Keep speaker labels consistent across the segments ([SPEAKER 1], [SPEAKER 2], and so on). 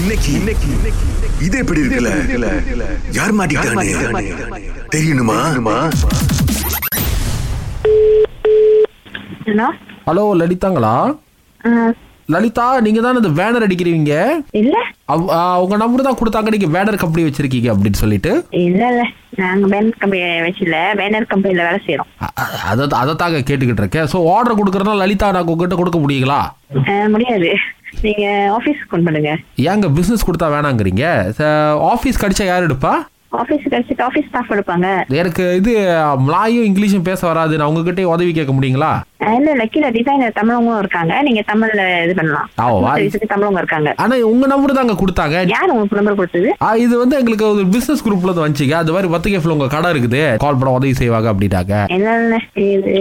[SPEAKER 1] இன்னைக்கு இன்னைக்கு இன்னைக்கு- இது எப்படி இருக்குல்ல யார் மாட்டிக்கிட்டானே தெரியணுமா
[SPEAKER 2] ஹலோ
[SPEAKER 3] ஹலோ லலிதாங்களா
[SPEAKER 2] ஆ,
[SPEAKER 3] லலிதா நீங்க தான் இந்த வேனர் அடிக்கிறீங்க
[SPEAKER 2] இல்ல
[SPEAKER 3] அவ்- ஆ, உங்க நம்பர் தான் கொடுத்தாங்க நீங்க வேனர் கம்பெனி வச்சிருக்கீங்க அப்படின்னு சொல்லிட்டு
[SPEAKER 2] இல்ல இல்ல நாங்க பேனர் கம்பெனி வச்சுல பேனர் கம்பெனில வேலை செய்யறோம்
[SPEAKER 3] அ- அ- அதை அதை தாங்க கேட்டுக்கிட்டு இருக்கேன் ஸோ ஆர்டர் கொடுக்குறதுனா லலிதா நாங்கள் உங்ககிட்ட கொடுக்க முடியுங்களா
[SPEAKER 2] ஆ, முடியாது நீங்க ஆபீஸ்க்கு ஃபோன் பண்ணுங்க
[SPEAKER 3] ஏங்க பிஸ்னஸ் கொடுத்தா வேணாங்கிறீங்க ஆஃபீஸ் கடிச்சா யார் எடுப்பா
[SPEAKER 2] ஆபீஸ் கழிச்சுட்டு ஆபீஸ் ஸ்டாஃப் எடுப்பாங்க
[SPEAKER 3] எனக்கு இது மலாயும் இங்கிலீஷும் பேச வராது நான் உங்ககிட்டே உதவி கேட்க முடியுங்களா
[SPEAKER 2] ஆ, இல்ல இல்ல கீழே டிசைனர் தமிழவங்களும் இருக்காங்க நீங்க தமிழ்ல இது பண்ணலாம்
[SPEAKER 3] ஆ,
[SPEAKER 2] Customer
[SPEAKER 3] வா.
[SPEAKER 2] service க்கு தமிழவங்க இருக்காங்க
[SPEAKER 3] ஆனால் உங்க நம்பர் தாங்க கொடுத்தாங்க
[SPEAKER 2] யார் உங்களுக்கு நம்பர் கொடுத்தது
[SPEAKER 3] ஆ, இது வந்து எங்களுக்கு ஒரு பிசினஸ் குரூப்ல இருந்து வந்துச்சுங்க அது மாதிரி பத்திரிகைஃபில் உங்க கடை இருக்குது கால் பண்ண உதவி செய்வாங்க அப்படின்னாங்க
[SPEAKER 2] இல்ல இல்ல இது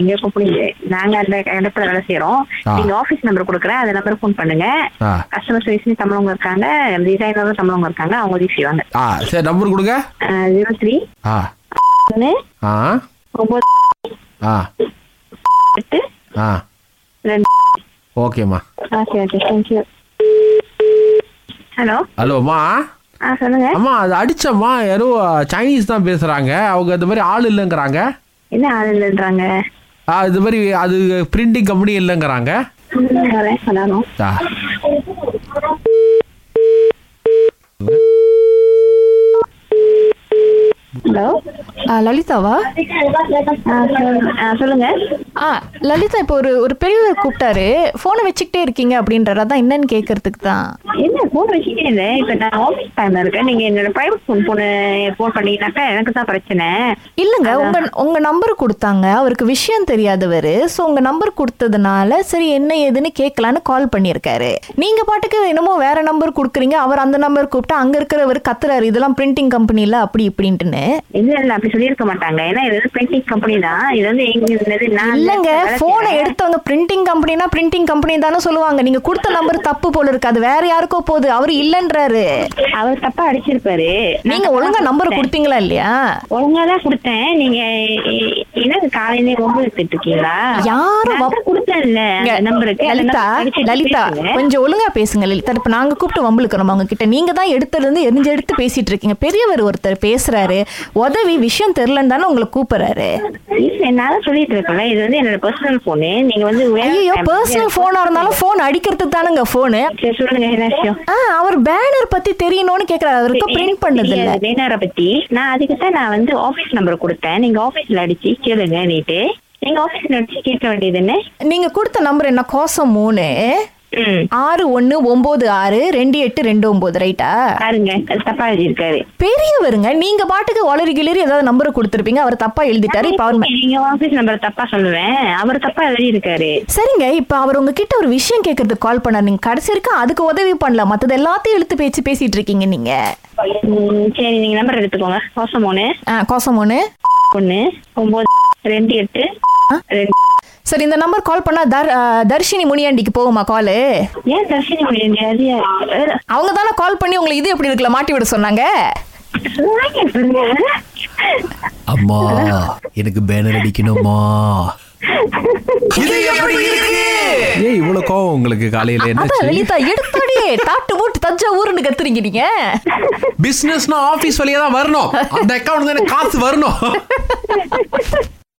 [SPEAKER 2] எங்க புரியுது நாங்க அந்த இடத்துல வேலை செய்யறோம்
[SPEAKER 3] ஆ.
[SPEAKER 2] நீங்க ஆபீஸ் நம்பர் கொடுக்குறேன் அந்த நம்பருக்கு ஃபோன் பண்ணுங்க
[SPEAKER 3] ஆ.
[SPEAKER 2] கஸ்டமர் சர்வீஸ் தமிழவங்க இருக்காங்க டிசைனரும் தமிழவங்க இருக்காங்க அவங்க உதவி செய்வாங்க
[SPEAKER 3] ஆ சரி நம்பர் கொடுங்க
[SPEAKER 2] ஜீரோ த்ரீ
[SPEAKER 3] ஆ
[SPEAKER 2] ஒன்று
[SPEAKER 3] ஆ
[SPEAKER 2] ஒம்பது
[SPEAKER 3] ஆ
[SPEAKER 2] எட்டு
[SPEAKER 3] ஆ
[SPEAKER 2] ரெண்டு
[SPEAKER 3] ஓகேம்மா
[SPEAKER 2] ஆ சரி ஓகே தேங்க்யூ ஹலோ
[SPEAKER 3] ஹலோம்மா
[SPEAKER 2] ஆ சொல்லுங்க
[SPEAKER 3] அம்மா அது அடிச்சம்மா யாரோ சைனீஸ் தான் பேசுறாங்க அவங்க இந்த மாதிரி ஆள் இல்லைங்கிறாங்க
[SPEAKER 2] என்ன ஆள் இல்லைன்றாங்க
[SPEAKER 3] ஆ, இது மாதிரி அது பிரிண்டிங் கம்பெனி இல்லைங்கிறாங்க
[SPEAKER 2] ம், வரேன் சொல்லணும்
[SPEAKER 3] ஆ.
[SPEAKER 2] ஹலோ
[SPEAKER 4] ஆ, லலிதாவா
[SPEAKER 2] ஆ சொல்லு- ஆ, சொல்லுங்க
[SPEAKER 4] ஆ லலிதா இப்போ ஒரு ஒரு பெரியவர் கூப்பிட்டாரு ஃபோனை வச்சுக்கிட்டே இருக்கீங்க அப்படின்றாரு அதான் என்னன்னு கேட்கறதுக்கு தான்
[SPEAKER 2] என்ன ஃபோன் வச்சுட்டே இல்லை இப்போ நான் ஆஃபீஸ் டைமில் இருக்கேன் நீங்கள் என்னோட ப்ரைவேட் ஃபோன் ஃபோனு ஃபோன் பண்ணீங்கன்னாக்கா எனக்கு தான் பிரச்சனை
[SPEAKER 4] இல்லைங்க உங்க உங்க நம்பர் கொடுத்தாங்க அவருக்கு விஷயம் தெரியாதவர் ஸோ உங்க நம்பர் கொடுத்ததுனால சரி என்ன ஏதுன்னு கேட்கலான்னு கால் பண்ணியிருக்காரு நீங்க பாட்டுக்கு என்னமோ வேற நம்பர் கொடுக்குறீங்க அவர் அந்த நம்பர் கூப்பிட்டா அங்க இருக்கிறவர் கத்துறாரு இதெல்லாம் பிரிண்டிங் கம்பெனில அப்படி இப்படின்ட்டுன்னு
[SPEAKER 2] இல்லை இல்லை அப்படி சொல்லியிருக்க மாட்டாங்க ஏன்னா இது வந்து பிரிண்டிங் கம்பெனி தான் இது வந்து எங்க இருந்தது நான்
[SPEAKER 4] இல்லைங்க
[SPEAKER 2] வேலை செய்றேன்.
[SPEAKER 4] ஃபோனை எடுத்தவங்க பிரிண்டிங் கம்பெனினா பிரிண்டிங் கம்பெனி தானே சொல்லுவாங்க நீங்க கொடுத்த நம்பர் தப்பு போல இருக்கு அது வேற யாருக்கோ போகுது அவர் இல்லைன்றாரு
[SPEAKER 2] அவர் தப்பா அடிச்சிருப்பாரு
[SPEAKER 4] நீங்க ஒழுங்கா நம்பர் கொடுத்தீங்களா இல்லையா
[SPEAKER 2] ஒழுங்கா தான் கொடுத்தேன் நீங்க எ- என்ன காலையிலே ரொம்ப எடுத்துட்டு இருக்கீங்களா
[SPEAKER 4] யாரும்
[SPEAKER 2] நான்
[SPEAKER 4] வப்-
[SPEAKER 2] தான் கொடுத்தேன்ல அந்த
[SPEAKER 4] இங்க,
[SPEAKER 2] நம்பருக்கு அந்த
[SPEAKER 4] லலிதா
[SPEAKER 2] நம்பர் அடிச்சிட்டு
[SPEAKER 4] லலிதா
[SPEAKER 2] பேசுங்க.
[SPEAKER 4] கொஞ்சம் ஒழுங்கா பேசுங்க லலிதா இப்ப நாங்க கூப்பிட்டு வம்பளுக்கணும் அவங்க கிட்ட நீங்க தான் எடுத்ததுல இருந்து எரிஞ்சு எடுத்து பேசிட்டு இருக்கீங்க பெரியவர் ஒருத்தர் பேசுறாரு உதவி விஷயம் தெரியலன்னு தானே உங்களை கூப்பிடுறாரு
[SPEAKER 2] இல்ல, நான் தான் சொல்லிட்டு இருக்கேன்ல இது வந்து என்னோட பர்சனல் போனு நீங்க வந்து வேற
[SPEAKER 4] ஐயோ
[SPEAKER 2] time
[SPEAKER 4] பர்சனல் போனா இருந்தாலும் போன் அடிக்கிறதுக்கு தானுங்க போனு
[SPEAKER 2] சரி, சொல்லுங்க என்ன விஷயம்
[SPEAKER 4] ஆ அவர் பேனர் பத்தி தெரியணும்னு கேக்குறாரு அவருக்கு பிரிண்ட் பண்ணது இல்ல
[SPEAKER 2] வேணார பத்தி நான் அதுக்கு தான் நான் வந்து ஆபீஸ் நம்பர் கொடுத்தேன் நீங்க ஆபீஸ்ல அடிச்சு கேளுங்க நீட்டு நீங்க ஆபீஸ்ல அடிச்சு கேட்க வேண்டியது என்ன
[SPEAKER 4] நீங்க கொடுத்த நம்பர் என்ன கோசம் மூணு
[SPEAKER 2] ம்
[SPEAKER 4] ஆறு ஒன்னு ஒன்பது ஆறு ரெண்டு எட்டு ரெண்டு ஒன்பது ரைட்டா
[SPEAKER 2] பாருங்க அது தப்பா எழுதியிருக்காரு
[SPEAKER 4] பெரியவருங்க நீங்க பாட்டுக்கு ஒளரி கிளறி ஏதாவது நம்பர் கொடுத்துருப்பீங்க அவர் தப்பா எழுதிட்டாரு இப்ப அவர்
[SPEAKER 2] நீங்க ஆபீஸ் நம்பர் தப்பா சொல்லுவேன் அவர் தப்பா எழுதியிருக்காரு
[SPEAKER 4] சரிங்க இப்ப அவர் உங்ககிட்ட ஒரு விஷயம் கேட்கறதுக்கு கால் பண்ணார் நீங்க கடைசி வரைக்கும் அதுக்கு உதவி பண்ணல மத்தது எல்லாத்தையும் இழுத்து பேச்சு பேசிட்டு இருக்கீங்க நீங்க
[SPEAKER 2] ம், சரி நீங்க நம்பர் எடுத்துக்கோங்க கோசம் மூணு
[SPEAKER 4] ஆ, கோசம் ஒன்று
[SPEAKER 2] ஒண்ணு ஒன்பது ரெண்டு எட்டு ரெண்டு
[SPEAKER 4] சரி இந்த நம்பர் கால் பண்ணா தர் ஆ, தர்ஷினி முனியாண்டிக்கு போகுமா காலு
[SPEAKER 2] ஏன் தர்ஷினி முடியாது அது யார்? வேற.
[SPEAKER 4] அவங்க தானே கால் பண்ணி உங்களை இது எப்படி இருக்குல்ல மாட்டி விட சொன்னாங்க
[SPEAKER 2] வாங்க பாருங்க.
[SPEAKER 3] அம்மா எனக்கு பேனர் அடிக்கணுமா ஏன் இவ்வளவு கோவம் உங்களுக்கு காலையில
[SPEAKER 4] அதான்
[SPEAKER 3] என்ன
[SPEAKER 4] லலிதா எடுத்தாடி தாட்டு மூட்டு தஞ்சா ஊருன்னு கத்துறீங்க நீங்க
[SPEAKER 3] பிசினஸ்னா ஆபீஸ் வழியா தான் வரணும் அந்த அக்கவுண்ட் தானே காசு வரணும்